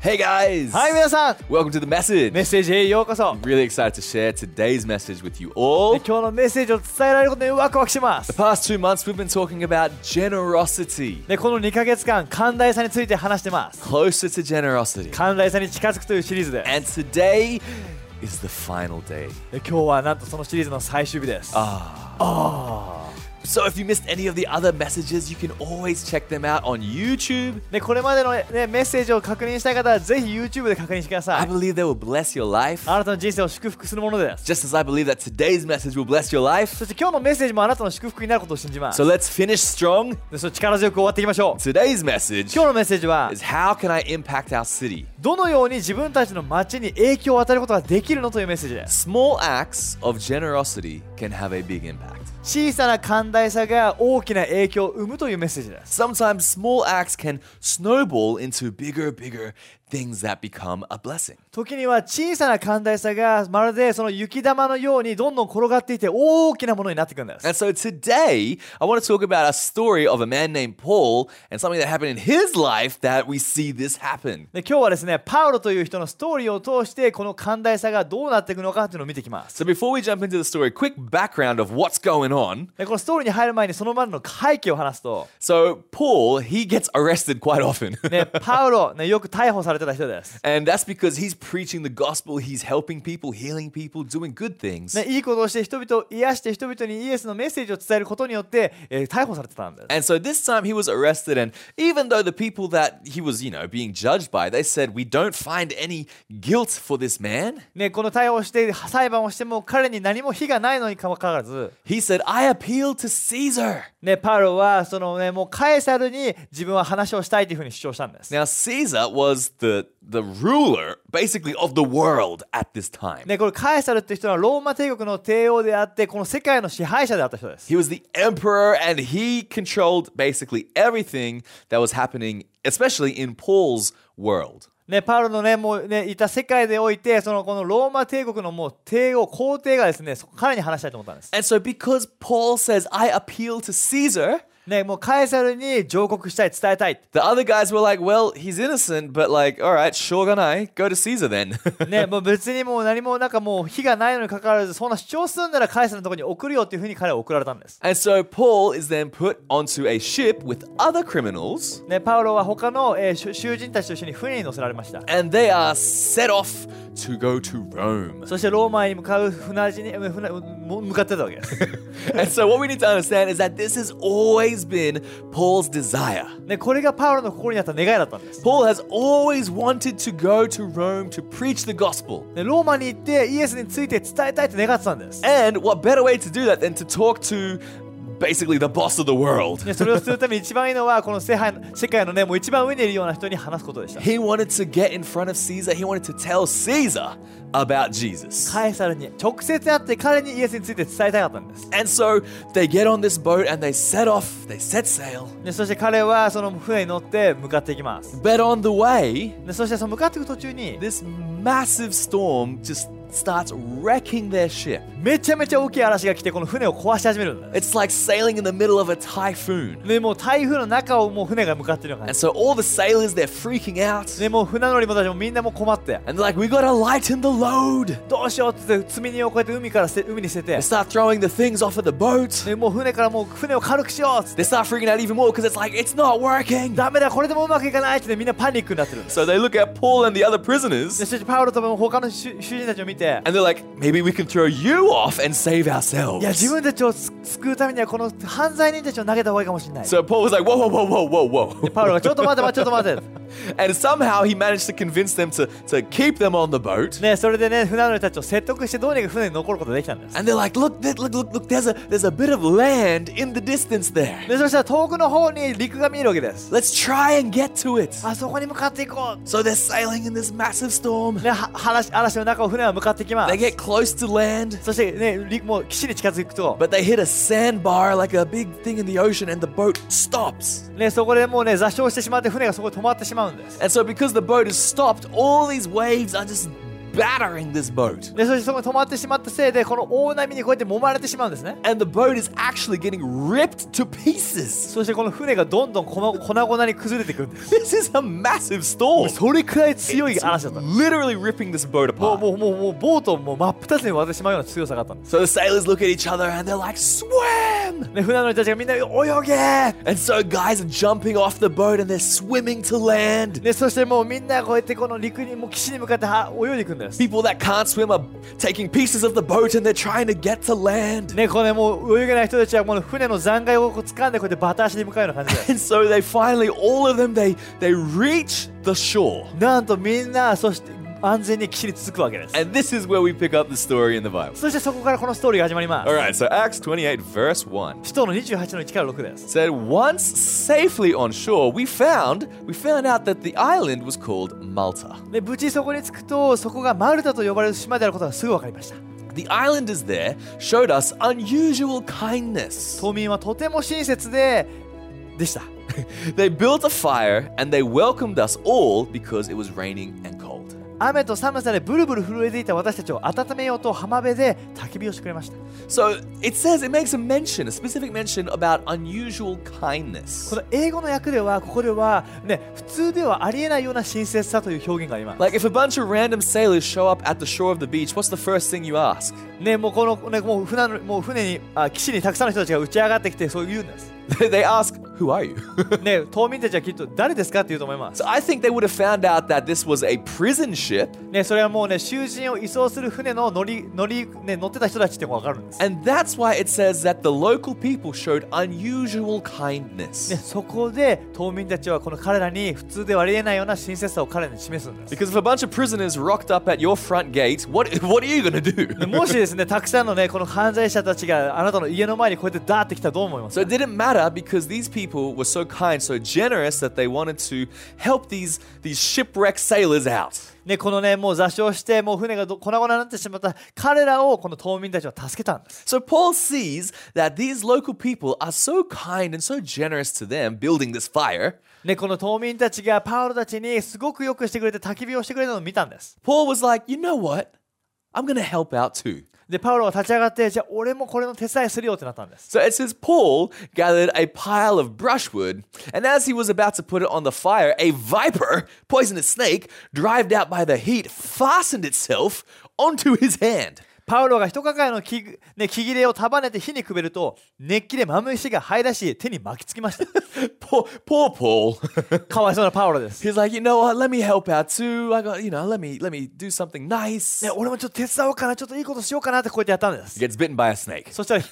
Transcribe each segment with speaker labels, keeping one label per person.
Speaker 1: Hey guys!
Speaker 2: うはい皆さん
Speaker 1: Welcome to the message.
Speaker 2: メッセージへようこそ
Speaker 1: I'm really excited to share today's message with you all.
Speaker 2: 今日のメッセージを伝えられることにワクワクしま
Speaker 1: The
Speaker 2: す
Speaker 1: past two months, we've been talking about generosity.
Speaker 2: でこの2ヶ月間寛大さについて話してます
Speaker 1: Closer to generosity.
Speaker 2: 寛大さに近づくというシリーズで
Speaker 1: And today is the final day.
Speaker 2: で今日はなんとそのシリーズの最終日です
Speaker 1: So if you missed any of the other messages, you can always check them out on YouTube.
Speaker 2: でこれまでの、ね、メッセージを確認したい方はぜひ YouTube で確認してくださ
Speaker 1: I
Speaker 2: い
Speaker 1: believe they will bless your life.
Speaker 2: あなたの人生を祝福するものです
Speaker 1: Just as I believe that today's message will bless your
Speaker 2: そ
Speaker 1: life.
Speaker 2: して今日のメッセージもあなたの祝福になることを信じます
Speaker 1: So let's finish strong.
Speaker 2: でそれ力強く終わっていきましょう
Speaker 1: Today's message
Speaker 2: 今日のメッセージは
Speaker 1: is how can I impact our city?
Speaker 2: どのように自分たちの街に影響を与えることができるのというメッセージです
Speaker 1: Small acts of generosity can have a big impact.
Speaker 2: 小さな寛大さが大きな影響を生むというメッセージです
Speaker 1: Sometimes small acts can snowball into bigger, bigger things that become a blessing.
Speaker 2: 時には小さな寛大さがまるでその雪玉のようにどんどん転がっていて大きなものになっていくんです
Speaker 1: And so today, I want to talk about a story of a man named Paul and something that happened in his life that we see this happen.
Speaker 2: で今日はですねパウロという人のストーリーを通してこの寛大さがどうなっていくのかというのを見ていきます
Speaker 1: So before we jump into the story, quick background of what's going on.
Speaker 2: でこのストーリーに入る前にそのまでの背景を話すと、
Speaker 1: So Paul, he gets arrested quite often.
Speaker 2: ね、パウロ、ね、よく逮捕されてた人です、
Speaker 1: and that's because he's preaching the gospel, he's helping people, healing people, doing good things.
Speaker 2: ね、いいことをして人々を癒して人々にイエスのメッセージを伝えることによって、えー逮捕されてたんです。
Speaker 1: And so this time he was arrested, and even though the people that he was, you know, being judged by, they said, We don't find any guilt for this man,
Speaker 2: ね、この逮捕して裁判をしても彼に何も非がないのにかかわらず、
Speaker 1: he said, I appeal to Caesar.
Speaker 2: ね、パウロはその、ね、もうカエサルに自分は話をしたいというふうに主張したんです。
Speaker 1: Now, Caesar was the, the ruler, basically, of the world at this time.
Speaker 2: ね、これカエサルって人はローマ帝国の帝王であってこの世界の支配者であった人です。
Speaker 1: He was the emperor, and he controlled basically everything that was happening, especially in Paul's world.
Speaker 2: ね、パウロのね、もうね、いた世界でおいて、そのこのローマ帝国のもう帝王、皇帝がですね、そ彼に話したいと思ったんです。
Speaker 1: And so, because Paul says, I appeal to Caesar,
Speaker 2: ね、もうカエサルに上告したい、伝えたい。
Speaker 1: The other guys were like, well, he's innocent, but like, all right, shogunai, go to Caesar then.
Speaker 2: ね、もう別にもう何もなんかもう火がないのにかかわらず、そんな主張するならカエサルのところに送るよっていうふうに彼は送られたんです。
Speaker 1: and so Paul is then put onto a ship with other criminals,
Speaker 2: ね、パウロは他の、えー囚囚人たちと一緒に船に乗せられました。
Speaker 1: and they are set off to go to Rome.
Speaker 2: そしてローマへ向かう船路に、え船も向かってたわけです。
Speaker 1: and so, what we need to understand is that this has always been Paul's desire.
Speaker 2: ね、これがパウロの心にあった願いだったんです。
Speaker 1: Paul has always wanted to go to Rome to preach the gospel.
Speaker 2: ね、ローマに行ってイエスについて伝えたいって願ってたんです。
Speaker 1: And what better way to do that than to talk to basically the boss of the world?
Speaker 2: ね、それをするために一番いいのはこの世界の世界のねもう一番上にいるような人に話すことでした
Speaker 1: He wanted to get in front of Caesar. He wanted to tell Caesar about Jesus.
Speaker 2: カエサルに直接会って彼にイエスについて伝えたかったんです
Speaker 1: And so they get on this boat and they set off, they set sail.
Speaker 2: でそして彼はその船に乗って向かっていきます
Speaker 1: But on the way,
Speaker 2: でそしてその向かっていく途中に
Speaker 1: this massive storm just starts wrecking their ship.
Speaker 2: めちゃめちゃ大きい嵐が来てこの船を壊し始めるんです
Speaker 1: It's like sailing in the middle of a typhoon.
Speaker 2: でもう台風の中をもう船が向かってるような感
Speaker 1: And
Speaker 2: じ
Speaker 1: so all the sailors, they're freaking out.
Speaker 2: でもう船乗りもたちもみんなもう困って
Speaker 1: And they're like, we gotta lighten the load.
Speaker 2: どうしようって言って積み荷をこうやって海から捨て海に捨て
Speaker 1: They
Speaker 2: て
Speaker 1: start throwing the things off of the boat.
Speaker 2: でもう船からもう船を軽くしようっつって
Speaker 1: They start freaking out even more because it's like, it's not working.
Speaker 2: ダメだこれでもうまくいかないってねみんなパニックになってるんです
Speaker 1: So they look at Paul and the other prisoners.
Speaker 2: でそしてパウロとも他の主主人たちを見て
Speaker 1: And they're like, maybe we can throw you off and save
Speaker 2: いや
Speaker 1: ourselves.
Speaker 2: 自分たちをす救うためにはこの犯罪人たちを投げた方がいいかもしれない。
Speaker 1: So Paul was like, whoa, whoa, whoa, whoa, whoa, whoa.
Speaker 2: パウロがちょっと待て待てちょっと待て。
Speaker 1: And somehow he managed to convince them to, to keep them on the boat.
Speaker 2: ね、それでね、船乗りたちを説得してどうにか船に残ることができたんです。
Speaker 1: And they're like, look, th- look, look, look, there's a there's a bit of land in the distance there.
Speaker 2: で、そしたら遠くの方に陸が見えるわけです。
Speaker 1: Let's try and get to it.
Speaker 2: あそこに向かっていこ
Speaker 1: So they're sailing in this massive
Speaker 2: う。
Speaker 1: storm.
Speaker 2: ね、は嵐嵐の中を船は向かっていきま
Speaker 1: They get
Speaker 2: す。
Speaker 1: close to land,
Speaker 2: そしてね、陸もう岸に近づくと、
Speaker 1: but they hit a sandbar like a big thing in the ocean and the boat stops.
Speaker 2: ね、そこでもうね、座礁してしまって船がそこで止まってしまうんです。
Speaker 1: And so because the boat is stopped, all these waves are just battering this boat.
Speaker 2: で、そしてそこで止まってしまったせいで、この大波にこうやって揉まれてしまうんですね。
Speaker 1: And the boat is actually getting ripped to pieces.
Speaker 2: そしてこの船がどんどん粉々粉々に崩れていくんです。
Speaker 1: This is a massive storm.
Speaker 2: それくらい強い
Speaker 1: It's
Speaker 2: 嵐だったの。
Speaker 1: literally ripping this boat
Speaker 2: も
Speaker 1: apart.
Speaker 2: うもうもうもうボートをもう真っ二つに割ってしまうような強さがあったんです。
Speaker 1: So the sailors look at each other and they're like, swim!
Speaker 2: で船乗りたちがみんな泳げ
Speaker 1: And so guys are jumping off the boat and they're swimming to land.
Speaker 2: でそしてもうみんなこうやってこの陸にもう岸に向かっては泳いでいくんです。
Speaker 1: People that can't swim are taking pieces of the boat and they're trying to get to land.
Speaker 2: ね、これもう泳げない人たちはこの船の残骸をこう掴んでこうやってバタ足に向かうような感じで
Speaker 1: And so they finally, all of them, they they reach the shore.
Speaker 2: なんとみんなそして安全に岸に続くわけです。
Speaker 1: And this is where we pick up the story in the Bible.
Speaker 2: そしてそこからこのストーリーが始まります。
Speaker 1: Alright, so Acts 28, verse 1.
Speaker 2: 使徒の28の1から6です。
Speaker 1: said once safely on shore we found we found out that the island was called malta
Speaker 2: で無事そこに着くとそこがマルタと呼ばれる島であることがすぐ分かりました。
Speaker 1: the islanders there showed us unusual kindness
Speaker 2: 島民はとても親切ででした。
Speaker 1: they built a fire and they welcomed us all because it was raining and cold
Speaker 2: 雨と寒さでブルブル震えていた私たちを温めようと浜辺で焚き火をしてくれました
Speaker 1: so it says it makes a mention a specific mention about unusual
Speaker 2: こ
Speaker 1: kindness
Speaker 2: の英語の訳ではここではね普通ではありえないような親切さという表現があります
Speaker 1: like if a bunch of random sailors show up at the shore of the beach what's the first thing you ask
Speaker 2: ねもうこのねもう船のもう船にあ岸にたくさんの人たちが打ち上がってきてそう言うんです
Speaker 1: they ask who are you
Speaker 2: ね島民たちはきっと誰ですかって言うと思います
Speaker 1: so i think they would have found out that this was a prison ship
Speaker 2: ねそれはもうね囚人を移送する船の乗り乗りね乗ってた人たちってもう分かるんです
Speaker 1: And that's why it says that the local people showed unusual
Speaker 2: ね
Speaker 1: kindness.
Speaker 2: そこで島民たちはこの彼らに普通ではありえないような親切さを彼らに示すんです
Speaker 1: Because if a bunch of prisoners rocked up at your front gate, what what are you gonna do?
Speaker 2: でもしですね、たくさんのね、この犯罪者たちがあなたの家の前にこうやってダーってきたらどう思います
Speaker 1: so it didn't matter because these people were so kind, so generous that they wanted to help these these shipwrecked sailors out.
Speaker 2: ね、このね、もう座礁して、もう船がど粉々になってしまった彼らをこの島民たちは助けたんです。
Speaker 1: So Paul sees that these local people are so kind and so generous to them building this fire.
Speaker 2: ね、この島民たちがパウロたちにすごくよくしてくれて焚き火をしてくれたのを見たんです。
Speaker 1: Paul was like, "You know what? I'm gonna help out too."
Speaker 2: で、パウロは立ち上がって、じゃあ俺もこれの手伝いするよってなったんです。
Speaker 1: So it says Paul gathered a pile of brushwood, and as he was about to put it on the fire, a viper, poisonous snake, driven out by the heat, fastened itself onto his hand.
Speaker 2: パウロが一抱えの木,、ね、木切れを束ねて火にくべると、熱気でマムシが這い出し、手に巻きつきま した。
Speaker 1: Poor, poor Paul.
Speaker 2: かわいそうなパウロです。
Speaker 1: He's like, you know what? Let me help out too. I got, you know, let me let me do something nice.
Speaker 2: ね、俺もちょっと手伝おうかな、ちょっといいことしようかなってこうやってやったんです
Speaker 1: He。gets bitten by a snake.
Speaker 2: そしたら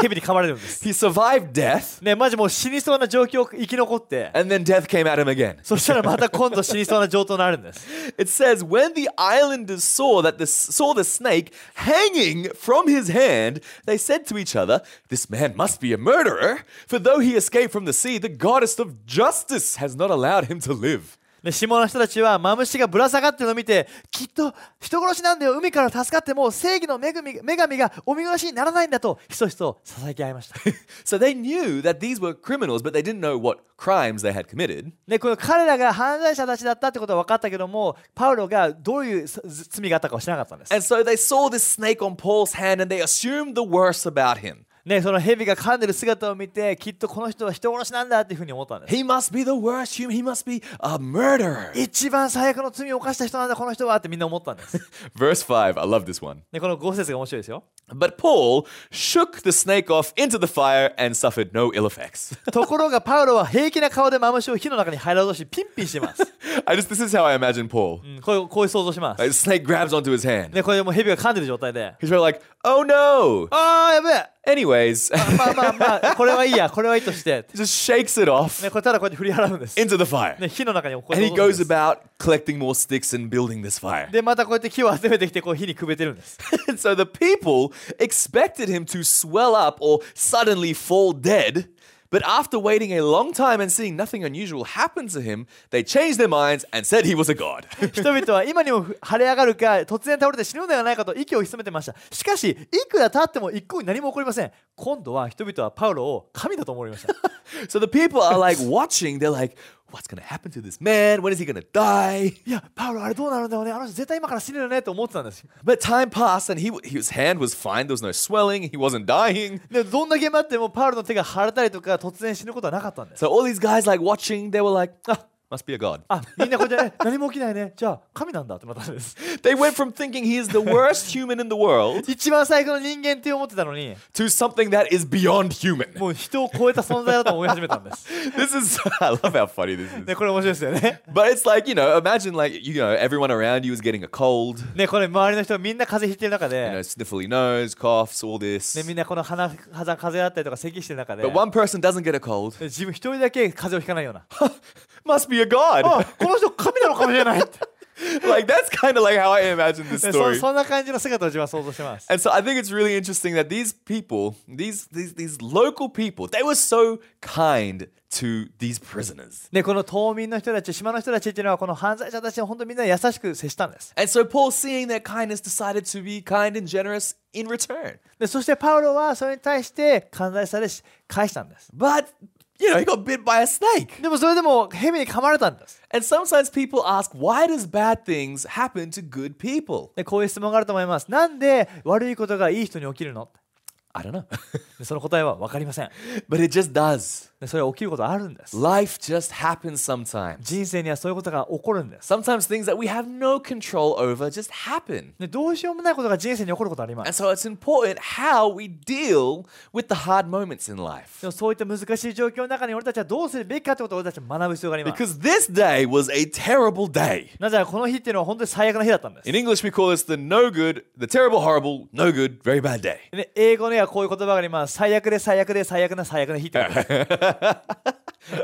Speaker 2: 蛇に噛まれるんです。
Speaker 1: He survived death,
Speaker 2: ね、マジもう死にそうな状況を生き残って、
Speaker 1: and then death came at him again.
Speaker 2: そしたらまた今度死にそうな状況になるんです。
Speaker 1: It says when the islanders saw that the saw the snake hanging from his hand, they said to each other, "This man must be a murderer, for though he escaped from the sea, the goddess of justice has not allowed him to live."
Speaker 2: ね、島の人たちはマムシがぶら下がってるのを見て、きっと人殺しなんだよ、海から助かっても正義の女神女神がお見殺しにならないんだと、ひそひそ囁き合いま した。
Speaker 1: So they knew that these were criminals, but they didn't know what crimes they had committed.
Speaker 2: ね、この彼らが犯罪者たちだったってことは分かったけども、パウロがどういう罪があったかは知らなかったんです。
Speaker 1: And so they saw this snake on Paul's hand and they assumed the worst about him.
Speaker 2: ね、その蛇が噛んでる姿を見て、きっとこの人は人殺しなんだっていうふうに思ったんです。
Speaker 1: He must be the worst human. He must be a murderer.
Speaker 2: 一番最悪の罪を犯した人なんだこの人はってみんな思ったんです
Speaker 1: Verse 5. I love this one.
Speaker 2: でこの5節が面白いですよ
Speaker 1: But Paul shook the snake off into the fire and suffered no ill effects.
Speaker 2: ところがパウロは平気な顔でマムシを火の中に入ろうとしピンピンしてます、
Speaker 1: I just this is how I imagine Paul.
Speaker 2: うんこういうこういう想像します
Speaker 1: Like, the snake grabs onto his hand.
Speaker 2: でこれでもう蛇が噛んでる状態で
Speaker 1: He's probably like, "Oh no!"
Speaker 2: あーやべえ
Speaker 1: Anyways,
Speaker 2: まあまあまあこれはいいやこれはいいとして、
Speaker 1: just shakes it off
Speaker 2: ね、これただこうやって振り払うんです、
Speaker 1: into the fire.
Speaker 2: ね、火の中にこう
Speaker 1: And
Speaker 2: やっ
Speaker 1: he
Speaker 2: て落
Speaker 1: goes
Speaker 2: とすんです
Speaker 1: about collecting more sticks and building this fire.
Speaker 2: でまたこうやって火を集めてきてこう火にくべてるんです
Speaker 1: And so the people expected him to swell up or suddenly fall dead. But after waiting a long time and seeing nothing unusual happen to him, they changed their minds and said he was a god.
Speaker 2: 人々は今にも腫れ上がるか突然倒れて死ぬのではないかと息を潜めてましたしかしいくら経っても一向に何も起こりません今度は人々はパウロを神だと思いま した
Speaker 1: so the people are like watching, they're like, what's going to happen to this man? When is he going to die?
Speaker 2: いやパウロあれどうなるんだろうねあの人絶対今から死ぬよねと思ってたんです
Speaker 1: But time passed and he, his hand was fine. There was no swelling. He wasn't dying.
Speaker 2: でどんだけ待ってもパウロの手が腫れたりとか突然死ぬことはなかったんです
Speaker 1: So all these guys like watching, they were like, ah, must be a god.
Speaker 2: あみんなこれでえ何も起きないねじゃあ神なんだってなったんです
Speaker 1: They went from thinking he is the worst human in the world
Speaker 2: 一番最高の人間って思ってたのに
Speaker 1: to something that is beyond human.
Speaker 2: もう人を超えた存在だと思い始めたんです
Speaker 1: This is, I love how funny this is.
Speaker 2: ねこれ面白いですよね
Speaker 1: But it's like, you know, imagine like, you know, everyone around you is getting a cold,
Speaker 2: ねこれ周りの人みんな風邪ひいてる中
Speaker 1: you know,
Speaker 2: で、
Speaker 1: sniffly nose, coughs, all
Speaker 2: ね、
Speaker 1: this.
Speaker 2: みんなこの鼻風風だったりとか咳してる中で
Speaker 1: But one person doesn't get a cold.
Speaker 2: 自分一人だけ風邪をひかないよう な
Speaker 1: Must be a god.
Speaker 2: この人神なのかもしれないって
Speaker 1: like, that's kind of like how I imagine this
Speaker 2: ねそ
Speaker 1: story.
Speaker 2: そんな感じの姿を自分は想像してます
Speaker 1: And so I think it's really interesting that these people, these these these local people, they were so kind to these prisoners.
Speaker 2: ね、この島民の人たち、島の人たちっていうのは、この犯罪者たちに本当にみんな優しく接したんです。
Speaker 1: And so Paul, seeing their kindness, decided to be kind and generous in return.
Speaker 2: で、そしてパウロはそれに対して寛大さでし返したんです。
Speaker 1: But you know, he got bit by a snake.
Speaker 2: でもそれでも蛇に噛まれたんです。
Speaker 1: And sometimes people ask, why does bad things happen to good people?
Speaker 2: で、こういう質問があると思います。なんで悪いことがいい人に起きるの
Speaker 1: I don't know.
Speaker 2: でその答えは分かりません。
Speaker 1: but it just does.
Speaker 2: で、それは起きることあるんです。
Speaker 1: Life just happens sometimes.
Speaker 2: 人生にはそういうことが起こるんです。
Speaker 1: Sometimes things that we have no control over just happen.
Speaker 2: で、どうしようもないことが人生に起こることあります
Speaker 1: And。so it's important how we deal with the hard moments in life.
Speaker 2: でもそういった難しい状況の中に俺たちはどうするべきかってことを俺たちは学ぶ必要があります。
Speaker 1: Because this day was a terrible day.
Speaker 2: なぜならこの日っていうのは本当に最悪な日だったんです
Speaker 1: In。English, we call this the no good, the terrible, horrible, no good, very bad day.
Speaker 2: ね、英語にはこういう言葉があります。最悪で最悪で最悪な最悪な日ってことです。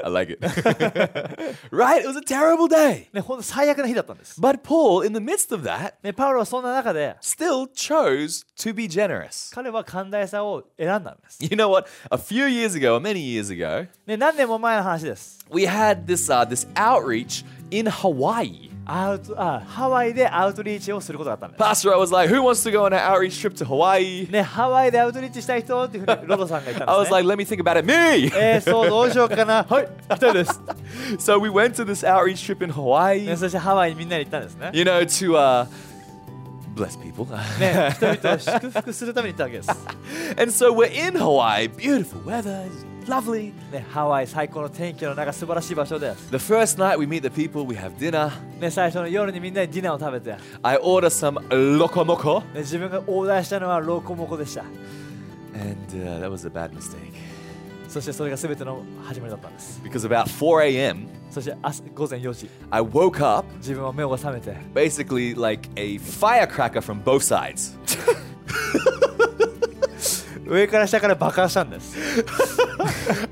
Speaker 1: I like it. right? It was a terrible day.
Speaker 2: ね、ほんと最悪な日だったんです。
Speaker 1: But Paul, in the midst of that,
Speaker 2: ね、パウロはそんな中で、
Speaker 1: still chose to be generous.
Speaker 2: 彼は寛大さを選んだんです。
Speaker 1: You know what? A few years ago, or many years ago,
Speaker 2: ね、何年も前の話です。
Speaker 1: we had this uh, this outreach in Hawaii.
Speaker 2: アウトあハワイでアウトリーチをすることだったんです。
Speaker 1: Pastor, I was like, who wants to go on an outreach trip to Hawaii?
Speaker 2: ね、ハワイでアウトリーチしたい人っていうふ うにロドさんが言ったんで
Speaker 1: I
Speaker 2: す、ね。
Speaker 1: was like, let me think about it. Me!
Speaker 2: えー、そう、どうしようかな。はい、一人です。
Speaker 1: so we went to this outreach trip in Hawaii,
Speaker 2: ね、そしてハワイにみんなで行ったんですね。
Speaker 1: you know, to uh, bless people.
Speaker 2: ね、人々を祝福するために行ったわけです。
Speaker 1: and so we're in Hawaii, beautiful weather, it's lovely.
Speaker 2: ね、ハワイ最高の天気の中、素晴らしい場所です。
Speaker 1: The first night we meet the people, we have dinner.
Speaker 2: ね、最初の夜にみんなでディナーを食べて、ね、
Speaker 1: I order some loco moco,
Speaker 2: 自分がオーダーしたのはロコモコでした。
Speaker 1: and uh, that was a bad mistake.
Speaker 2: そしてそれが全ての始まりだったんです。
Speaker 1: Because about 4 a.m.,
Speaker 2: そして朝午前4時、
Speaker 1: I woke up
Speaker 2: 自分は目を覚めて、
Speaker 1: basically like a firecracker from both sides.
Speaker 2: 上から下から爆発したんです。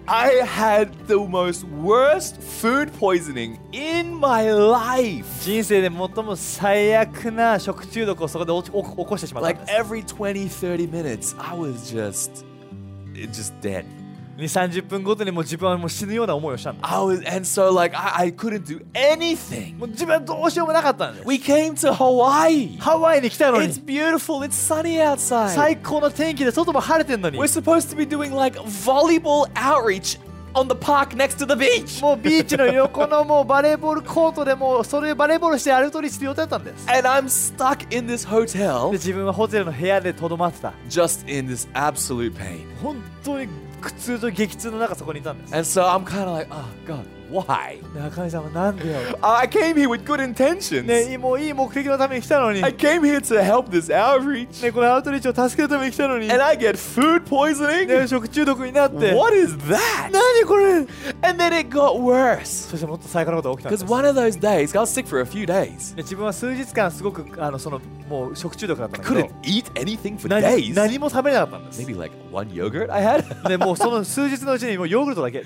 Speaker 1: I had the most worst food poisoning in my life.
Speaker 2: 人生で最も最悪な食中毒をそこでお起こ起こしてしまったん
Speaker 1: Like
Speaker 2: です。
Speaker 1: every 20, 30 minutes, I was just, it- just dead.
Speaker 2: 2、30分ごとにもう自分はもう死ぬような思いをしたんです。
Speaker 1: I was, and so like I, I couldn't do anything.
Speaker 2: もう自分はどうしようもなかったんです。
Speaker 1: We came to Hawaii.
Speaker 2: ハワイに来たの
Speaker 1: It's
Speaker 2: に、
Speaker 1: beautiful. It's sunny outside.
Speaker 2: 最高の天気で外も晴れてんのに
Speaker 1: We're、supposed to be doing like volleyball outreach on the park next to the beach.
Speaker 2: もうビーチの横のもうバレーボールコートでもうそれバレーボールしてアルトリーする予定だったんです。で
Speaker 1: And I'm stuck in this hotel
Speaker 2: 自分はホテルの部屋でとどまってた。
Speaker 1: just in this absolute pain.
Speaker 2: 本当に苦痛と激痛の中そこにいたんです。
Speaker 1: And so I'm kind of like, oh God, why?
Speaker 2: 中井さんはなんでよ
Speaker 1: I came here with good intentions.
Speaker 2: ねもういい目的のために来たのに、
Speaker 1: I
Speaker 2: ね、
Speaker 1: came here to help this outreach,
Speaker 2: このアウトリーチを助けるために来たのに、
Speaker 1: and
Speaker 2: ね、
Speaker 1: I get food poisoning.
Speaker 2: 食中毒になって、
Speaker 1: What is that?
Speaker 2: 何これ
Speaker 1: And then it got worse.
Speaker 2: そしてもっと最悪なことが起きたんで
Speaker 1: Because
Speaker 2: す。
Speaker 1: one of those days, I was sick for a few days.
Speaker 2: で自分は数日間すごくあのそのもう食中毒だったんだけど
Speaker 1: Couldn't eat anything for
Speaker 2: 何
Speaker 1: days.
Speaker 2: 何も食べれなかったんです。
Speaker 1: Maybe like one yogurt I had.
Speaker 2: でもうその数日のうちにもうヨーグルトだけ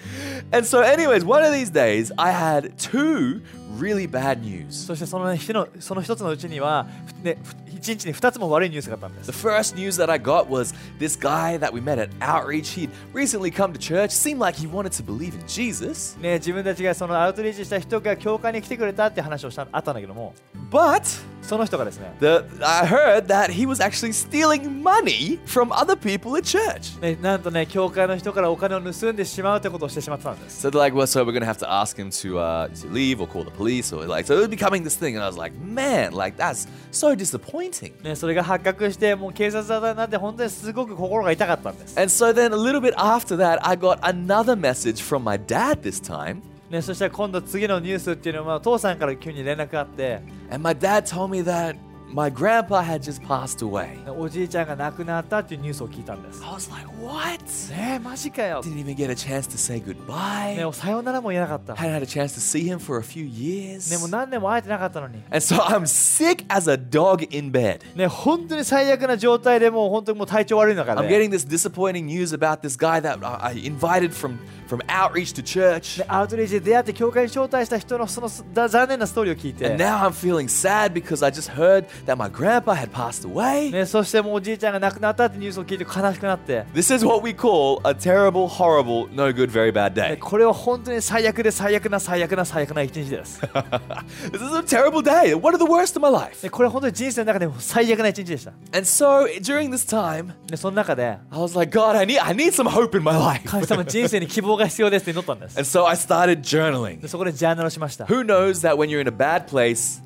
Speaker 1: and so, anyways, one of these days, I had two really bad news.
Speaker 2: そしてその日のその一つのうちには、ね、1日に2つも悪いニュースがあったんです
Speaker 1: The first news that I got was this guy that we met at outreach. He'd recently come to church, seemed like he wanted to believe in Jesus,
Speaker 2: ね、自分たちがそのアウトリーチした人が教会に来てくれたって話をしたあったんだけども
Speaker 1: but
Speaker 2: その人がですね
Speaker 1: the, I heard that he was actually stealing money from other people at church.
Speaker 2: ねなんとね教会の人からお金を盗んでしまうってことをしてしまったんです
Speaker 1: So they're like, well, so we're gonna have to ask him to uh, to leave or call the police or like, so it was becoming this thing, and I was like, man, like that's so disappointing.
Speaker 2: ね、それが発覚してもう警察沙汰になって本当にすごく心が痛かったんです、
Speaker 1: And so then a little bit after that, I got another message from my dad this time,
Speaker 2: ね、そしたら今度次のニュースっていうのは父さんから急に連絡があって、ね
Speaker 1: and my dad told me that my grandpa had just passed away.
Speaker 2: おじいちゃんが亡くなったっていうニュースを聞いたんです
Speaker 1: I was like, what?
Speaker 2: えー、マジかよ、
Speaker 1: Didn't even get a chance to say
Speaker 2: ね、
Speaker 1: goodbye.
Speaker 2: さよならも言えなかった、
Speaker 1: Hadn't had a chance to see him for a few years.
Speaker 2: ね、もう何年も会えてなかったのに
Speaker 1: And so I'm sick as a dog in bed.
Speaker 2: ね、本当に最悪な状態でもう本当にもう体調悪い中
Speaker 1: I'm
Speaker 2: で、
Speaker 1: getting this disappointing news about this guy that I I invited from from outreach to church.
Speaker 2: でアウトレイジで出会って教会に招待した人のそのすだ残念なストーリーを聞い
Speaker 1: And
Speaker 2: て、
Speaker 1: now I'm feeling sad because I just heard that my grandpa had passed away.
Speaker 2: ね、そしてもうおじいちゃんが亡くなったってニュースを聞いて悲しくなって、
Speaker 1: This is what we call a terrible, horrible, no good, very bad
Speaker 2: ね
Speaker 1: day.
Speaker 2: これは本当に最悪で最悪な最悪な最悪な一日です
Speaker 1: This is a terrible day. One of the worst of my life.
Speaker 2: でこれは本当に人生の中でも最悪な一日でした。
Speaker 1: And so during this time,
Speaker 2: でその中で、
Speaker 1: I was like, God, I need I need some hope in my life.
Speaker 2: 神様人生に希望が必要ですって祈ったんです
Speaker 1: And。so I started journaling.
Speaker 2: でそこでジャーナルをしました。
Speaker 1: Who knows that when you're in a bad place,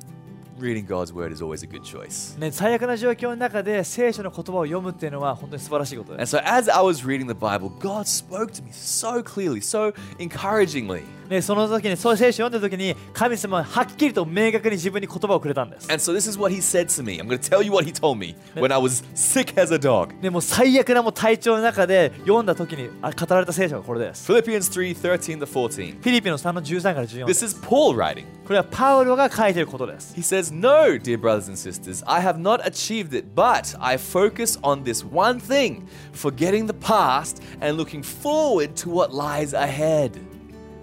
Speaker 1: reading God's word is always a good choice.
Speaker 2: ね、最悪な状況の中で聖書の言葉を読むっていうのは本当に素晴らしいことで
Speaker 1: And
Speaker 2: す。
Speaker 1: so as I was reading the Bible, God spoke to me so clearly, so encouragingly.
Speaker 2: ね、その時に、そう聖書を読んだ時に、神様ははっきりと明確に自分に言葉をくれたんです。
Speaker 1: And so this is what he said to me. I'm going to tell you what he told me when I was sick as a dog.
Speaker 2: でもう最悪なもう体調の中で読んだ時にあ語られた聖書がこれです。
Speaker 1: Philippians 3 13 to 14.
Speaker 2: フィリピンの3の13から14
Speaker 1: This is Paul writing.
Speaker 2: これはパウロが書いてることです。
Speaker 1: He says, No, dear brothers and sisters, I have not achieved it, but I focus on this one thing forgetting the past and looking forward to what lies ahead.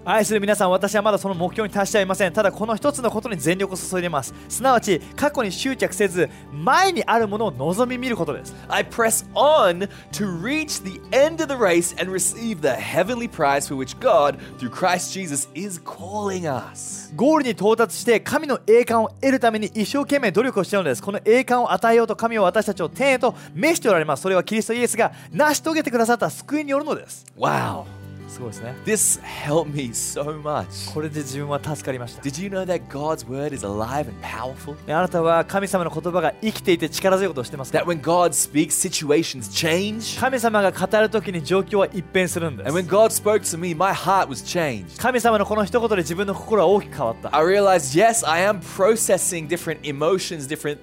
Speaker 2: 愛する皆さん、私はまだその目標に達してはいません。ただ、この一つのことに全力を注いでいます。すなわち、過去に執着せず、前にあるものを望み見ることです。
Speaker 1: I press on to reach the end of the race and receive the heavenly prize for which God, through Christ Jesus, is calling us.
Speaker 2: ゴールに到達して、神の栄冠を得るために一生懸命努力をしているのです。この栄冠を与えようと、神は私たちを天へと召しておられます。それはキリストイエスが成し遂げてくださった救いによるのです。
Speaker 1: Wow,
Speaker 2: すごいですね。
Speaker 1: this helped me so much.
Speaker 2: これで自分は助かりました。
Speaker 1: Did you know that God's word is alive and powerful?
Speaker 2: ねあなたは神様の言葉が生きていて力強いことをしてますか
Speaker 1: That when God speaks, situations change?
Speaker 2: 神様が語るときに状況は一変するんで
Speaker 1: And when
Speaker 2: す
Speaker 1: God spoke to me, my heart was changed.
Speaker 2: 神様のこの一言で自分の心は大きく変わった
Speaker 1: I realized, yes, I am processing different emotions, different,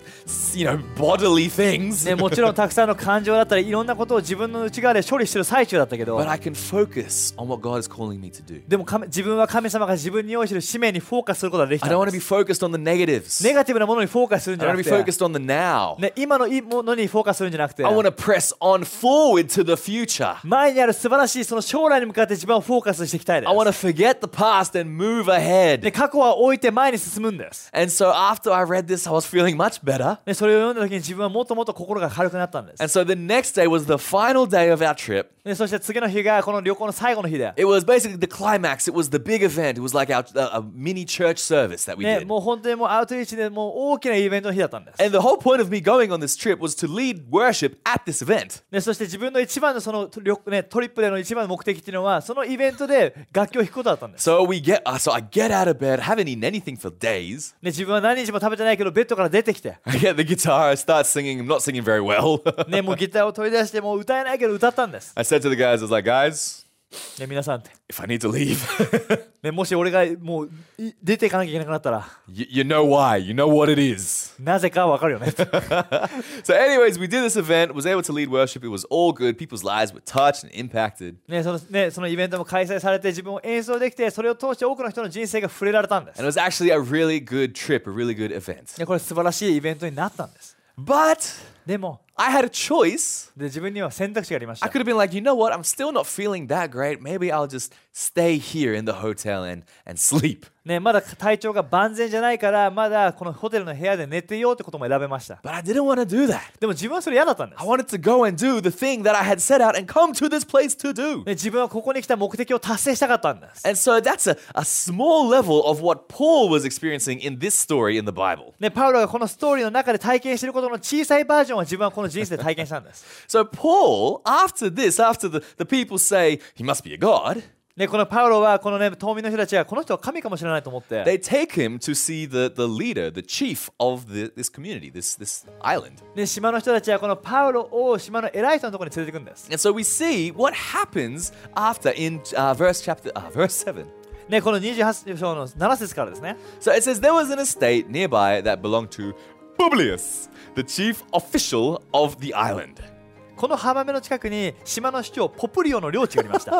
Speaker 1: you know, bodily things.
Speaker 2: ね、もちろんたくさんの感情だったりいろんなことを自分の内側で処理してる最中だったけど
Speaker 1: But I can focus on what God is calling me to do.
Speaker 2: でも神自分は神様が自分に用意してる使命にフォーカスすることができ
Speaker 1: I
Speaker 2: た
Speaker 1: don't
Speaker 2: ん
Speaker 1: want
Speaker 2: で
Speaker 1: to be
Speaker 2: す
Speaker 1: focused on the negatives.
Speaker 2: ネガティブなものにフォーカスするん
Speaker 1: I
Speaker 2: じゃ
Speaker 1: want to
Speaker 2: なく
Speaker 1: be
Speaker 2: て、
Speaker 1: focused on the now.
Speaker 2: ね、今のいいものにフォーカスするんじゃなくて
Speaker 1: I want to press on forward to the future.
Speaker 2: 前にある素晴らしいその将来に向かって自分をフォーカスしていきたいで
Speaker 1: I want
Speaker 2: す
Speaker 1: to forget the past and move
Speaker 2: で
Speaker 1: ahead.
Speaker 2: 過去は置いて前に進むんです、
Speaker 1: And so after I read this, I was feeling much better.
Speaker 2: ね、それを読んだ時に自分はもっともっと心が軽くなったんです
Speaker 1: And so the next day was the final day of our trip.
Speaker 2: でそして次の日がこの旅行の最後の日で、
Speaker 1: It was basically the climax. It was the big event. It was like our uh, a mini church service that we
Speaker 2: ね、
Speaker 1: did.
Speaker 2: もう本当にもうアウトリーチでもう大きなイベントの日だったんです。
Speaker 1: And the whole point of me going on this trip was to lead worship at this event.
Speaker 2: でそして自分の一番のその旅、ね、トリップでの一番の目的っていうのはそのイベントで楽器を弾くことだったんです。
Speaker 1: So we get uh, so I get out of bed, haven't eaten anything for days.
Speaker 2: で自分は何日も食べてないけどベッドから出てきて、
Speaker 1: I get the guitar, I start singing. I'm not singing very well.
Speaker 2: ね、もうギターを取り出してもう歌えないけど歌ったんです。
Speaker 1: I said to the guys, I was like, guys,
Speaker 2: ね、皆さんって、
Speaker 1: if I need to leave,
Speaker 2: ね、もし俺がもうい出ていかなきゃいけなくなったら
Speaker 1: you, you know why, you know what it is.
Speaker 2: なぜかわかるよ ね。
Speaker 1: So, anyways, we did this event, was able to lead worship. It was all good. People's lives were touched and impacted.
Speaker 2: ねそのね、そのイベントも開催されて自分を演奏できてそれを通して多くの人の人生が触れられたんです
Speaker 1: And it。was actually a really good trip, a really good event.
Speaker 2: ね、これ素晴らしいイベントになったんです。
Speaker 1: But
Speaker 2: でも
Speaker 1: I I had a choice.
Speaker 2: で自分には選択肢がありまし
Speaker 1: I
Speaker 2: た
Speaker 1: could have been like, you know what? I'm still not feeling that great. Maybe I'll just stay here in the hotel and, and sleep.
Speaker 2: ねまだ体調が万全じゃないからまだこのホテルの部屋で寝てようってことも選べました
Speaker 1: But I didn't want to do that.
Speaker 2: でも自分はそれ嫌だったんです
Speaker 1: I wanted to go and do the thing that I had set out and come to this place to do.
Speaker 2: ね自分はここに来た目的を達成したかったんです
Speaker 1: And so that's a, a small level of what Paul was experiencing in this story in the Bible.
Speaker 2: ね、パウロがこのストーリーの中で体験してることの小さいバージョンは自分はこの人生で体験したんです。
Speaker 1: So Paul, after this, after the, the people say he must be a god,
Speaker 2: ね、このパウロはこのね、島民の人たちがこの人は神かもしれないと思って、
Speaker 1: they take him to see the, the leader, the chief of the, this community, this, this island.
Speaker 2: ね、島の人たちはこのパウロを島の偉い人のところに連れてくんです。
Speaker 1: And so we see what happens after in uh, verse chapter uh, verse 7.
Speaker 2: ね、この28章の7節からですね。
Speaker 1: So it says there was an estate nearby that belonged to Publius, the chief official of the island.
Speaker 2: この浜辺の近くに島の市長ポプリオの領地がありま した。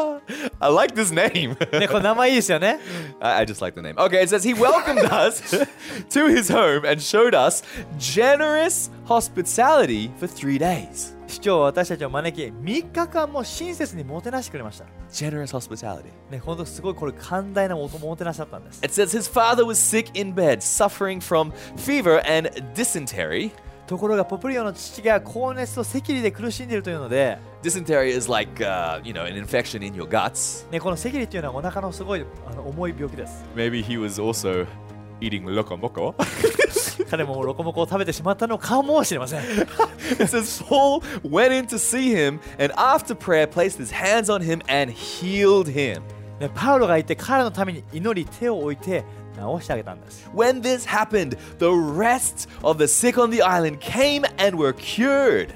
Speaker 1: I like this name.
Speaker 2: ね、これ名前いいですよね。
Speaker 1: I, I just like the name. Okay, it says he welcomed us to his home and showed us generous hospitality for three days.
Speaker 2: 市長は私たちを招き、3日間も親切にもてなしてくれました。
Speaker 1: Generous hospitality.
Speaker 2: ね、ほんとすごいこれ寛大なおもてなしだったんです。
Speaker 1: It says his father was sick in bed, suffering from fever and dysentery.
Speaker 2: ところがポプリオの父が高熱と赤痢で苦しんでいるというので、
Speaker 1: Dysentery is like, uh, you know, an infection in your guts.
Speaker 2: ね、この赤痢というのはお腹のすごいあの重い病気です。
Speaker 1: Maybe he was also eating loco moco.
Speaker 2: 彼もロコモコを食べてしまったのかもしれません。
Speaker 1: it says Paul went in to see him and after prayer placed his hands on him and healed him.
Speaker 2: ね、パウロがいて彼のために祈り手を置いて治してあげたんです。
Speaker 1: When this happened, the rest of the sick on the island came and were cured.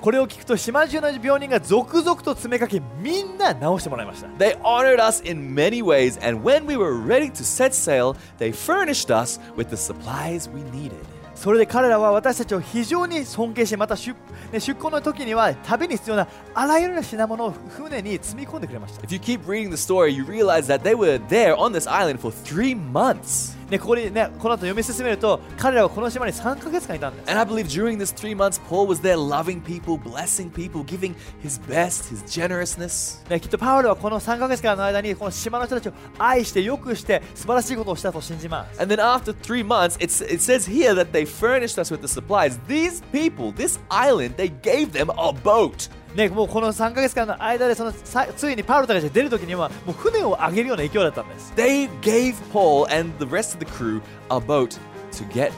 Speaker 2: これを聞くと島中の病人が続々と詰めかけみんな治してもらいました。
Speaker 1: They honored us in many ways, and when we were ready to set sail, they furnished us with the supplies we needed.
Speaker 2: それで彼らは私たちを非常に尊敬しまた出,、ね、出航の時には旅に必要なあらゆる品物を船に積み込んでくれました。
Speaker 1: If you keep reading the story, you realize that they were there on this island for three months.
Speaker 2: ね、ここにね、この後読み進めると彼らはこの島に3ヶ月間いたんです。
Speaker 1: And I believe during this three months, Paul was there loving people, blessing people, giving his best, his generousness.
Speaker 2: ね、きっとパウロはこの3ヶ月間の間にこの島の人たちを愛してよくして素晴らしいことをしたと信じます。
Speaker 1: And then after three months, it's, it says here that they furnished us with the supplies. These people, this island, they gave them a boat.
Speaker 2: ね、もうこの3ヶ月間の間でそのさついにパウロたちが出るときにはもう船を上げるような勢いだったんです。
Speaker 1: They gave Paul and the rest of the crew a boat to get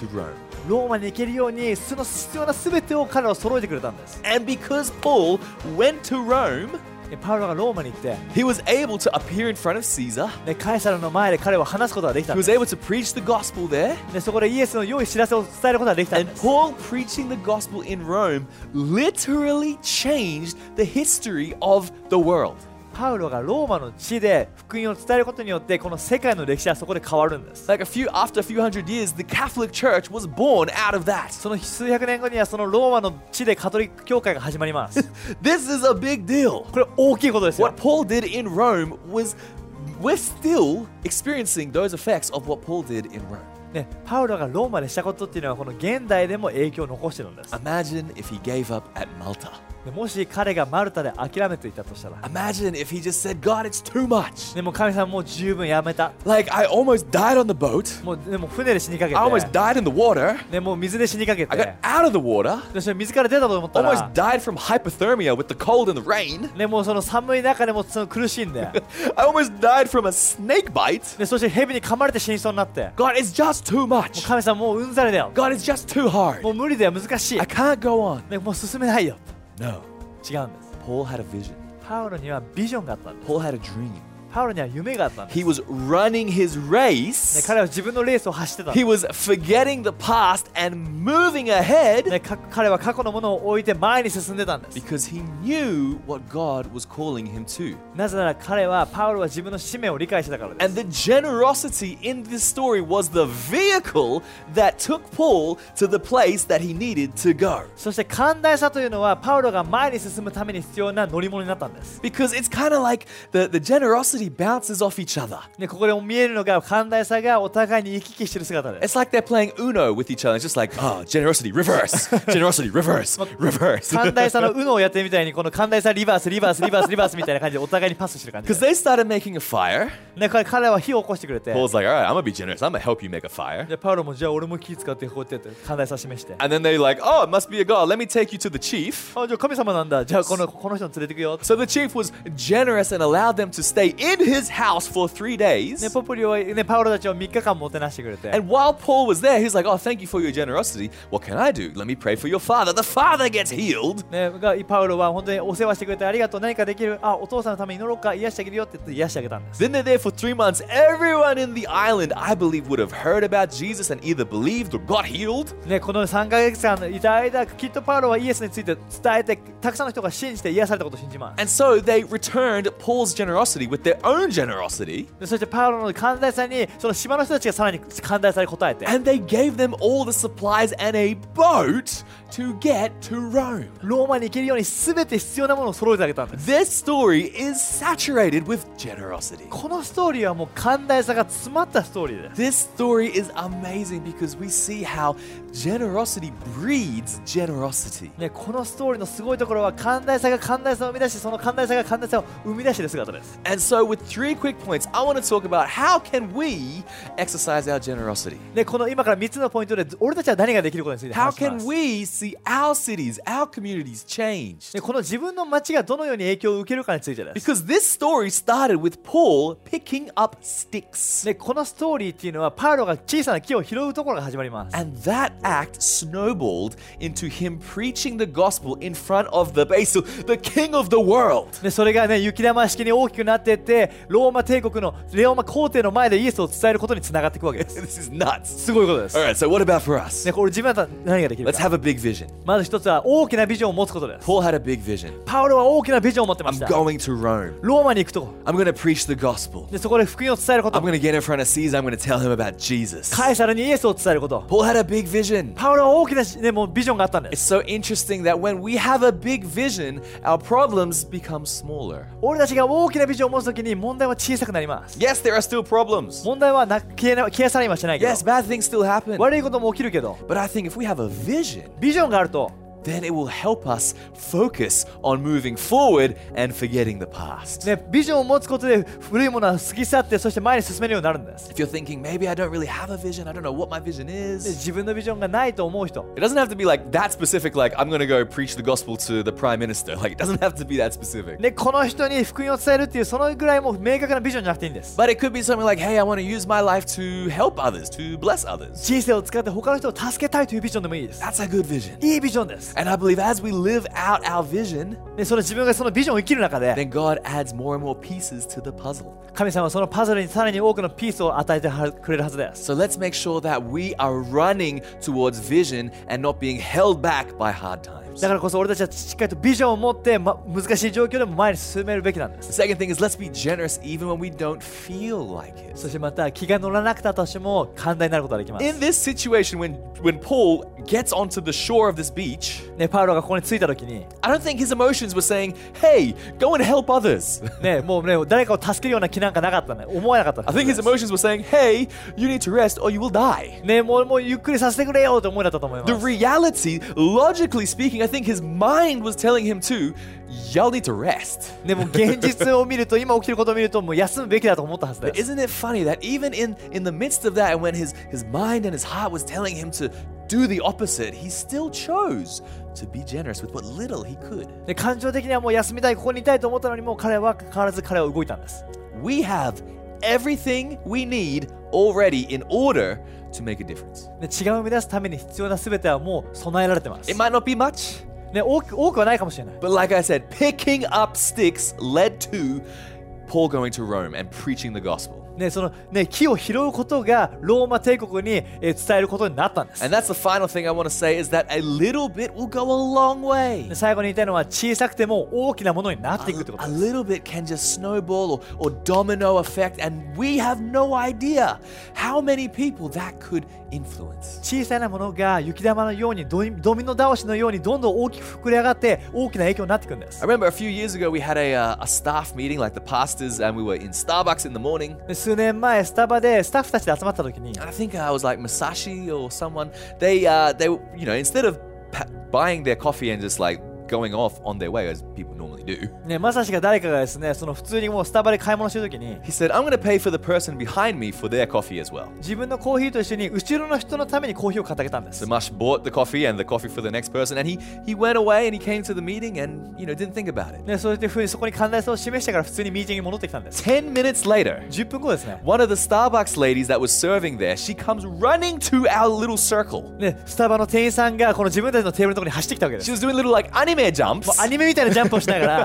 Speaker 1: to Rome.
Speaker 2: ローマに行けるようにその必要な全てを彼らを揃えてくれたんです。
Speaker 1: And because Paul went to Rome,
Speaker 2: ね、パウロがローマに行って、
Speaker 1: he was able to appear in front of Caesar.
Speaker 2: ね、カエサルの前で彼は話すことができた
Speaker 1: He
Speaker 2: んで
Speaker 1: was
Speaker 2: す。
Speaker 1: able to preach the gospel there.
Speaker 2: ね、そこでイエスの良い知らせを伝えることができたん
Speaker 1: And
Speaker 2: です。
Speaker 1: Paul preaching the gospel in Rome literally changed the history of the world.
Speaker 2: パウロがローマの地で福音を伝えることによってこの世界の歴史はそこで変わるんです。
Speaker 1: Like a few after a few hundred years, the Catholic Church was born out of that.
Speaker 2: その数百年後にはそのローマの地でカトリック教会が始まります。
Speaker 1: This is a big deal.
Speaker 2: これ大きいことですよ
Speaker 1: What。Paul did in Rome was we're still experiencing those effects of what Paul did in Rome.
Speaker 2: ね、パウロがローマでしたことっていうのはこの現代でも影響を残してるんです。
Speaker 1: Imagine if he gave up at Malta.
Speaker 2: でもし彼がマルタで諦めていたとしたら、
Speaker 1: Imagine if he just said, God, it's too much.
Speaker 2: でもう神様もう十分やめた。
Speaker 1: Like, I almost died on the boat.
Speaker 2: もうでも船で死にかけ
Speaker 1: I almost
Speaker 2: て、
Speaker 1: died in the water.
Speaker 2: でもう水で死にかけ
Speaker 1: I
Speaker 2: て
Speaker 1: got、out of the water.
Speaker 2: でそれ水から出たと思った
Speaker 1: Almost
Speaker 2: ら、
Speaker 1: died from hypothermia with the cold and the rain.
Speaker 2: ね、もうその寒い中でもその苦し んで、
Speaker 1: I almost died from a snake bite.
Speaker 2: でそして蛇に噛まれて死にそうになって、も
Speaker 1: God, it's just too
Speaker 2: う
Speaker 1: much.
Speaker 2: 神様もううんざりだよ。
Speaker 1: God, it's just too
Speaker 2: も
Speaker 1: hard.
Speaker 2: う無理だよ、難しい
Speaker 1: I。can't go on.
Speaker 2: ね、もう進めないよ。
Speaker 1: No.
Speaker 2: 違うんです。
Speaker 1: Paul had a vision.
Speaker 2: パウロにはビジョンがあったんです。
Speaker 1: Paul had a dream.
Speaker 2: パウロには夢があったんです。
Speaker 1: He was running his
Speaker 2: ね、
Speaker 1: race.
Speaker 2: 彼は自分のレースを走ってたんです
Speaker 1: He was forgetting the past and moving ahead
Speaker 2: ね、か彼は過去のものを置いて前に進んでたんです
Speaker 1: because he knew what God was calling him to.
Speaker 2: なぜなら彼はパウロは自分の使命を理解してたからで
Speaker 1: And
Speaker 2: す
Speaker 1: the generosity in this story was the vehicle that took Paul to the place that he needed to go.
Speaker 2: そして寛大さというのはパウロが前に進むために必要な乗り物になったんです
Speaker 1: Because it's kind of like the, the generosity constantly bounces off each other.
Speaker 2: ね、ここでも見えるのが寛大さがお互いに行き来してる姿です。
Speaker 1: It's like they're playing Uno with each other. It's just like, ah, generosity, reverse, generosity, reverse, reverse.
Speaker 2: 寛大さの UNO をやってるみたいにこの寛大さリバースリバースリバースリバースみたいな感じでお互いにパスしてる感じ
Speaker 1: Because
Speaker 2: で
Speaker 1: they started making a fire.
Speaker 2: ね彼彼は火を起こしてくれて
Speaker 1: Paul's like, all right, I'm going to be generous. I'm going to help you make a fire.
Speaker 2: でパウロもじゃあ俺も気使ってこうやってやって寛大さ示してあ
Speaker 1: And then they're like, oh, it must be a god. Let me take you to the chief.
Speaker 2: じゃあ神様なんだじゃあこのこの人に連れてくよ
Speaker 1: So the chief was generous and allowed them to stay in his house for three
Speaker 2: ね
Speaker 1: days.
Speaker 2: ポプリは、ね、パウロたちを3日間もてなしてくれて
Speaker 1: And while Paul was there, he's like, oh, thank you for your generosity. What can I do? Let me pray for your father. The father gets healed.
Speaker 2: ね、がパウロは本当にお世話してくれてありがとう何かできるあお父さんのために祈ろうか癒してあげるよって言って癒してあげたんです
Speaker 1: Then they're there for three months. Everyone in the island, I believe, would have heard about Jesus and either believed or got healed.
Speaker 2: ねこの3ヶ月間いた間きっとパウロはイエスについて伝えてたくさんの人が信じて癒されたことを信じます
Speaker 1: And so they returned Paul's generosity with their own generosity.
Speaker 2: でそしてパウロの寛大さにその島の人たちがさらに寛大さに応えて
Speaker 1: And they gave them all the supplies and a boat to get to Rome.
Speaker 2: ローマに行けるように全て必要なものを揃えてあげたんです
Speaker 1: This story is saturated with generosity.
Speaker 2: このストーリーはもう寛大さが詰まったストーリーです
Speaker 1: This story is amazing because we see how generosity breeds generosity.
Speaker 2: ね、このストーリーのすごいところは寛大さが寛大さを生み出しその寛大さが寛大さを生み出している姿です
Speaker 1: And so with three quick points, I want to talk about how can we exercise our generosity?
Speaker 2: ね、この今から3つのポイントで俺たちは何ができることについて
Speaker 1: How
Speaker 2: 話しま
Speaker 1: can
Speaker 2: す
Speaker 1: we see our cities, our communities change?
Speaker 2: でこの自分の街がどのように影響を受けるかについてです。
Speaker 1: Because this story started with Paul picking up sticks.
Speaker 2: でこのストーリーっていうのはパウロが小さな木を拾うところが始まります。
Speaker 1: And that act snowballed into him preaching the gospel in front of the basil, the king of the world.
Speaker 2: でそれがね雪玉式に大きくなっていってローマ帝国のレオマ皇帝の前でイエスを伝えることにつながっていくわけです。
Speaker 1: This is nuts.
Speaker 2: すごいことです。
Speaker 1: All right, so what about for us?
Speaker 2: でこれ自分だったら何ができる
Speaker 1: Let's
Speaker 2: か
Speaker 1: have a big vision.
Speaker 2: まず一つは大きなビジョンを持つことです。
Speaker 1: Paul had a big vision.
Speaker 2: パウロは大きなビジョンを持ってま
Speaker 1: I'm
Speaker 2: した。
Speaker 1: going to Rome.
Speaker 2: ローマに行くと。
Speaker 1: I'm going to preach the gospel.
Speaker 2: でそこで福音を伝えるこ
Speaker 1: I'm
Speaker 2: と。
Speaker 1: going to get in front of Caesar. I'm going to tell him about Jesus.
Speaker 2: カエサルにイエスを伝えること。
Speaker 1: Paul had a big vision.
Speaker 2: パウロは大きな、ね、もうビジョンがあったんです
Speaker 1: It's。so interesting that when we have a big vision, our problems become smaller.
Speaker 2: 俺たちが大きなビジョンを持つときに問題は小さくなります。
Speaker 1: Yes, there are still problems.
Speaker 2: 問題はな消えな消え去りはしないけど、
Speaker 1: Yes, bad things still happen.
Speaker 2: 悪いことも起きるけど、
Speaker 1: But I think if we have a vision,
Speaker 2: ビジョンがあると、
Speaker 1: then it will help us focus on moving forward and forgetting the past.
Speaker 2: ね、ビジョンを持つことで古いものは過ぎ去って、そして前に進めるようになるんです。
Speaker 1: If you're thinking, maybe I don't really have a vision, I don't know what my vision
Speaker 2: で
Speaker 1: is.
Speaker 2: 自分のビジョンがないと思う人、
Speaker 1: It doesn't have to be like that specific, like I'm gonna go preach the gospel to the prime minister. Like it doesn't have to be that specific.
Speaker 2: ね、この人に福音を伝えるっていう、そのぐらいもう明確なビジョンじゃなくていいんです。
Speaker 1: But it could be something like, hey, I wanna use my life to help others, to bless others.
Speaker 2: 人生を使って他の人を助けたいというビジョンでもいいです。
Speaker 1: That's a good vision.
Speaker 2: いいビジョンです。
Speaker 1: And I believe as we live out our vision,
Speaker 2: ね、その自分がそのビジョンを生きる中で、
Speaker 1: then God adds more and more pieces to the puzzle.
Speaker 2: 神様はそのパズルにさらに多くのピースを与えてはくれるはずです。
Speaker 1: So let's make sure that we are running towards vision and not being held back by hard times.
Speaker 2: だ
Speaker 1: The
Speaker 2: からこそ俺たちはしっかりとビジョンを持って、ま、難しい状況でも前に進めるべきなんです。
Speaker 1: second thing is let's be generous even when we don't feel like it.
Speaker 2: そしてまた気が乗らなくたとしても寛大になることができます。
Speaker 1: In this situation, when when Paul gets onto the shore of this beach,
Speaker 2: ね、パウロがここに着いた時に、
Speaker 1: I don't think his emotions were saying, "Hey, go and help others."
Speaker 2: ね、もうね、誰かを助けるような気なんかなかったね。思わなかった
Speaker 1: I think
Speaker 2: で
Speaker 1: his
Speaker 2: す。
Speaker 1: emotions were saying, "Hey, you need to rest or you will die."
Speaker 2: ね、もうもうゆっくりさせてくれよって思いだったと思い
Speaker 1: The
Speaker 2: ます。
Speaker 1: reality, logically speaking, I think his mind was telling him too, "Y'all need to rest."
Speaker 2: でもう現実を見ると、今起きることを見ると、もう休むべきだと思ったはずで
Speaker 1: But
Speaker 2: す。
Speaker 1: isn't it funny that even in, in the midst of that, and when his, his mind and his heart was telling him to do the opposite, he still chose to be generous with what little he could.
Speaker 2: で感情的にはもう休みたい、ここにいたいと思ったのに、もう彼は変わらず彼は動いたんです。
Speaker 1: We have everything we need already in order to make a difference.
Speaker 2: で違いを生み出すために必要な全てはもう備えられてます
Speaker 1: It。might not be much,
Speaker 2: ね、多く多くはないかもしれない。
Speaker 1: but like I said, picking up sticks led to Paul going to Rome and preaching the gospel.
Speaker 2: ね、そのね木を拾うことがローマ帝国に、えー伝えることになったんです。
Speaker 1: And that's the final thing I want to say is that a little bit will go a long way.
Speaker 2: で最後に言いたいのは小さくても大きなものになっていくってこと
Speaker 1: A
Speaker 2: です。
Speaker 1: little bit can just snowball or, or domino effect, and we have no idea how many people that could influence.
Speaker 2: 小さなものが雪玉のようにドミドミノ倒しのようにどんどん大きく膨れ上がって大きな影響になっていくんで
Speaker 1: I
Speaker 2: す
Speaker 1: remember a few years ago we had a, uh, a staff meeting, like the pastors, and we were in Starbucks in the morning.
Speaker 2: で数年前スタバでスタッフたちで集まった時に
Speaker 1: And I think I was like Masashi or someone. They, uh, they, you know, instead of pa- buying their coffee and just like going off on their way as people normally do,
Speaker 2: ねまさしが誰かがですねその普通にもうスタバで買い物してる時に
Speaker 1: he said, "I'm going to pay for the person behind me for their coffee as well."
Speaker 2: 自分のコーヒーと一緒に後ろの人のためにコーヒーを買ってあげたんです
Speaker 1: So Mush bought the coffee and the coffee for the next person, and he he went away and he came to the meeting and you know didn't think about it.
Speaker 2: ね、そういうふうにそこに寛大さを示してから普通にミーティングに戻ってきたんです。
Speaker 1: Ten minutes later,
Speaker 2: 10分後ですね。
Speaker 1: one of the Starbucks ladies that was serving there, she comes running to our little circle.
Speaker 2: ね、スタバの店員さんがこの自分たちのテーブルのところに走ってきたわけで
Speaker 1: She
Speaker 2: す。
Speaker 1: was doing little like anime jumps
Speaker 2: アニメみたいなジャンプをしなが ら、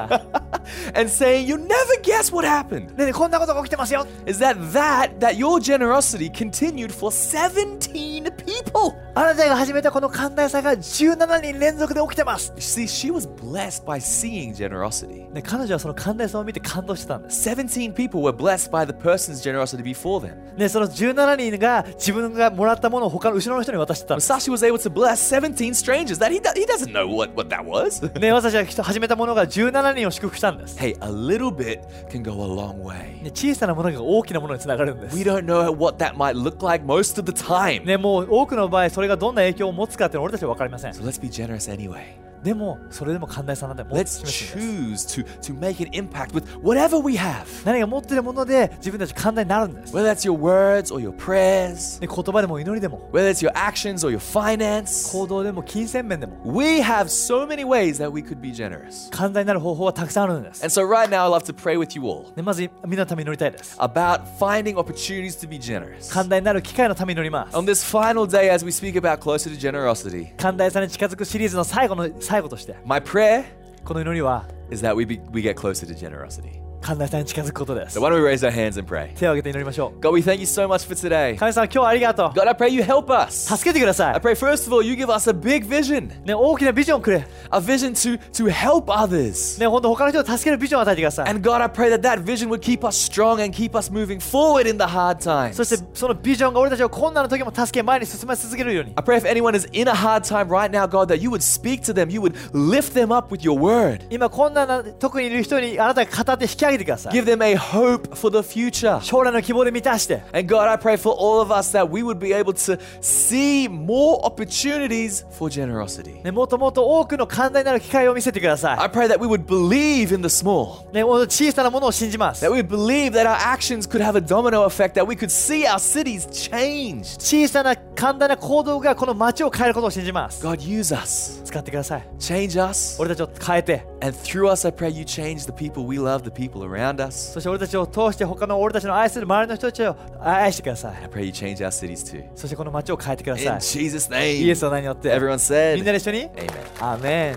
Speaker 1: and saying, "You'll never guess what happened."
Speaker 2: ね、こんなことが起きてますよ
Speaker 1: Is that that that your generosity continued for 17 people?
Speaker 2: あなたが始めたこの寛大さが17人連続で起きてます
Speaker 1: See, she was blessed by seeing generosity.
Speaker 2: ね、彼女はその寛大さを見て感動してたんです。
Speaker 1: 17 people were blessed by the person's generosity before them.
Speaker 2: ね、その17人が自分がもらったものを他の後ろの人に渡してたんです。
Speaker 1: Masashi was able to bless 17 strangers that he, do- he doesn't know what, what that was.
Speaker 2: ね、私たちが始めたものが17人を祝福したんです。
Speaker 1: hey, a little bit can go a long way.
Speaker 2: ね、小さなものが大きなものにつながるんです
Speaker 1: We。don't know what that might look like most of the time.
Speaker 2: ね、もう多くの場合それがどんな影響を持つかっていうのは俺たちは分かりません
Speaker 1: So。let's be generous anyway.
Speaker 2: でもそれでも寛大さなんて持って
Speaker 1: Let's
Speaker 2: 示すんです
Speaker 1: choose to, to make an impact with whatever we have,
Speaker 2: 何が持ってるもので自分たち寛大になるんです。
Speaker 1: whether that's your words or your prayers,
Speaker 2: で言葉でも祈りでも
Speaker 1: whether it's your actions or your finance.
Speaker 2: 行動でも金銭面でも
Speaker 1: We have so many ways that we could be generous.
Speaker 2: 寛大になる方法はたくさんあるんです。
Speaker 1: And so, right now, I'd love to pray with you all
Speaker 2: でまずみんなのために祈りたいです。
Speaker 1: about finding opportunities to be generous.
Speaker 2: 寛大になる機会のために祈ります
Speaker 1: On。this final day, as we speak about closer to generosity,
Speaker 2: 寛大さに近づくシリーズの最後の最後として、
Speaker 1: my prayer
Speaker 2: この祈りは
Speaker 1: is that we, be, we get closer to generosity.
Speaker 2: 寛大さに近づくことです
Speaker 1: So why。don't we raise our hands and pray?
Speaker 2: 手を挙げて祈りましょう。
Speaker 1: God, we thank you so much for today.
Speaker 2: 神様、今日はありがとう。
Speaker 1: God, I pray you help us.
Speaker 2: 助けてくださ
Speaker 1: I
Speaker 2: い。
Speaker 1: pray, first of all, you give us a big vision,
Speaker 2: ね、大きなビジョンをくれ。
Speaker 1: a vision to, to help others.
Speaker 2: ね、本当他の人を助けるビジョンを与えてください。
Speaker 1: And God, I pray that that vision would keep us strong and keep us moving forward in the hard
Speaker 2: そ
Speaker 1: times.
Speaker 2: してそのビジョンが俺たちを困難の時も助け前に進め続けるように
Speaker 1: I。pray if anyone is in a hard time right now, God, that you would speak to them, you would lift them up with your word.
Speaker 2: 今困難な特にいる人にあなたが語って引き上げてください
Speaker 1: Give them a hope for the future.
Speaker 2: 将来の希望で満たして
Speaker 1: And God, I pray for all of us that we would be able to see more opportunities for generosity.
Speaker 2: ね、もっともっと多くの寛大なる機会を見せてくださ
Speaker 1: I pray that we would believe in the small,
Speaker 2: い、ね、もっと小さなものを信じます
Speaker 1: that we would believe that our actions could have a domino effect, that we could see our cities changed.
Speaker 2: 小さな簡単な行動がこの街を変えることを信じます
Speaker 1: God, use us,
Speaker 2: 使ってください
Speaker 1: change us,
Speaker 2: 俺たちを変えて
Speaker 1: and through us, I pray you change the people we love, the people around us.
Speaker 2: そして俺たちを通して他の俺たちの愛する周りの人たちを愛してくださ
Speaker 1: I
Speaker 2: い
Speaker 1: pray you change our cities too.
Speaker 2: そしてこの街を変えてくだ
Speaker 1: In
Speaker 2: さ
Speaker 1: Jesus'
Speaker 2: いイエ
Speaker 1: name.
Speaker 2: スの名によって
Speaker 1: Everyone said,
Speaker 2: みんなで一緒に
Speaker 1: Amen.
Speaker 2: アーメ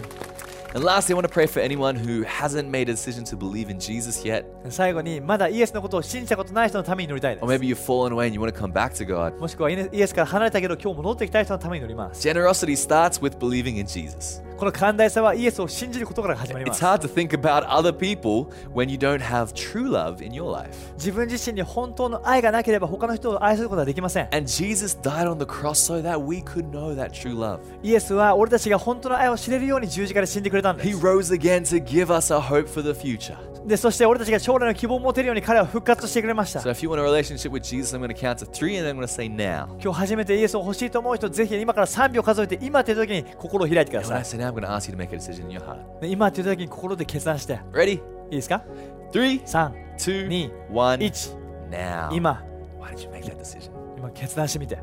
Speaker 1: And lastly, I want to pray for anyone who hasn't made a decision to believe in Jesus yet.
Speaker 2: ン最後にまだイエスのことを信じたことない人のために祈りたいで
Speaker 1: Or
Speaker 2: す
Speaker 1: maybe you've fallen away and you want to come back to God.
Speaker 2: もしくはイエイエスから離れたけど今日戻ってきたい人のために祈ります。
Speaker 1: Generosity starts with believing in Jesus.
Speaker 2: この寛大さはイエスを信じることから始まりま
Speaker 1: It's
Speaker 2: す。
Speaker 1: hard to think about other people when you don't have true love in your life.
Speaker 2: 自分自身に本当の愛がなければ他の人を愛することはできません。
Speaker 1: And Jesus died on the cross so that we could know that true love.
Speaker 2: イエスは俺たちが本当の愛を知れるように十字架で死んでくれたんで
Speaker 1: He
Speaker 2: す。
Speaker 1: rose again to give us a hope for the future.
Speaker 2: で、そして俺たちが将来の希望を持てるように彼は復活してくれました
Speaker 1: So。if you want a relationship with Jesus, I'm going to count to three and then I'm going to say now.
Speaker 2: 今日初めてイエスを欲しいと思う人、ぜひ今から3秒数えて今という時に心を開いてくだ
Speaker 1: And when
Speaker 2: さ
Speaker 1: I
Speaker 2: い。
Speaker 1: say now, I'm going to ask you to make a decision in your heart.
Speaker 2: で今という時に心で決断して。
Speaker 1: Ready?
Speaker 2: いいですか
Speaker 1: Three,
Speaker 2: 3、
Speaker 1: two,
Speaker 2: Ni.
Speaker 1: one.
Speaker 2: 1、
Speaker 1: Now.
Speaker 2: 今、
Speaker 1: Why did you make that decision?
Speaker 2: 今決断してみて。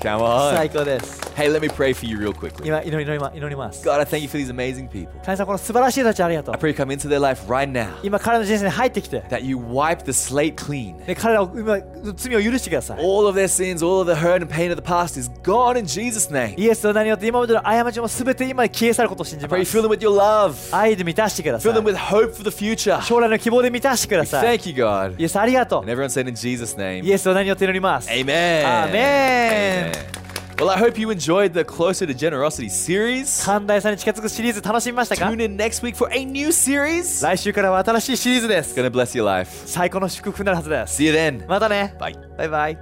Speaker 1: Come on.
Speaker 2: 最高です。
Speaker 1: Hey, let me pray for you real quickly.
Speaker 2: 今、祈り祈り祈ります。
Speaker 1: God, I thank you for these amazing people.
Speaker 2: 神様、この素晴らしい人たちをありがとう
Speaker 1: I。pray you come into their life right now.
Speaker 2: 今彼の人生に入ってきて、
Speaker 1: That you wipe the slate clean.
Speaker 2: で彼らを今罪を許してください。
Speaker 1: All of their sins, all of the hurt and pain of the past is gone in Jesus' name.
Speaker 2: イエスの名によって今までの過ちも全て今消え去ることを信
Speaker 1: I
Speaker 2: じ
Speaker 1: pray
Speaker 2: ま
Speaker 1: you fill
Speaker 2: す
Speaker 1: them。with your love.
Speaker 2: 愛で満たしてくださ
Speaker 1: Fill
Speaker 2: い
Speaker 1: them。with hope for the future.
Speaker 2: 将来の希望で満たしてください。
Speaker 1: Thank you, God.
Speaker 2: イエスありがと
Speaker 1: And
Speaker 2: う。
Speaker 1: everyone said in Jesus'
Speaker 2: イ
Speaker 1: name.
Speaker 2: エスの名によって祈ります。
Speaker 1: Amen.
Speaker 2: Amen.
Speaker 1: Amen. Well, I hope you enjoyed the Closer to Generosity series.
Speaker 2: 寛大さに近づくシリーズ楽しみましたか
Speaker 1: Tune in next week for a new series. It's
Speaker 2: 来週からは新しいシリーズです。
Speaker 1: gonna bless your life.
Speaker 2: 最高の祝福になるはずです。
Speaker 1: See you then.
Speaker 2: またね。
Speaker 1: Bye.
Speaker 2: バイバイ。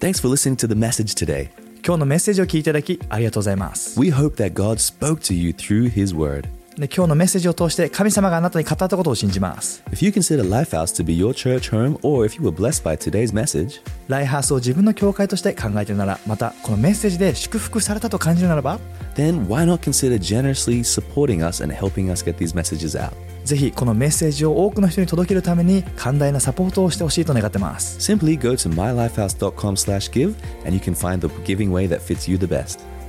Speaker 1: Thanks for listening to the message today.
Speaker 2: 今日のメッセージを聞いていただきありがとうございます
Speaker 1: We hope that God spoke to you through His Word.
Speaker 2: で今日のメッセージを通して神様があなたに語ったことを信じます
Speaker 1: If you consider Lifehouse to be your church home, or if you were blessed by today's message,
Speaker 2: ライハースを自分の教会として考えているならまたこのメッセージで祝福されたと感じるならば
Speaker 1: then why not consider generously supporting us and helping us get these messages out?
Speaker 2: ぜひこのメッセージを多くの人に届けるために寛大なサポートをしてほしいと願ってます
Speaker 1: Simply go to mylifehouse.com/give and you can find the giving way that fits you the best.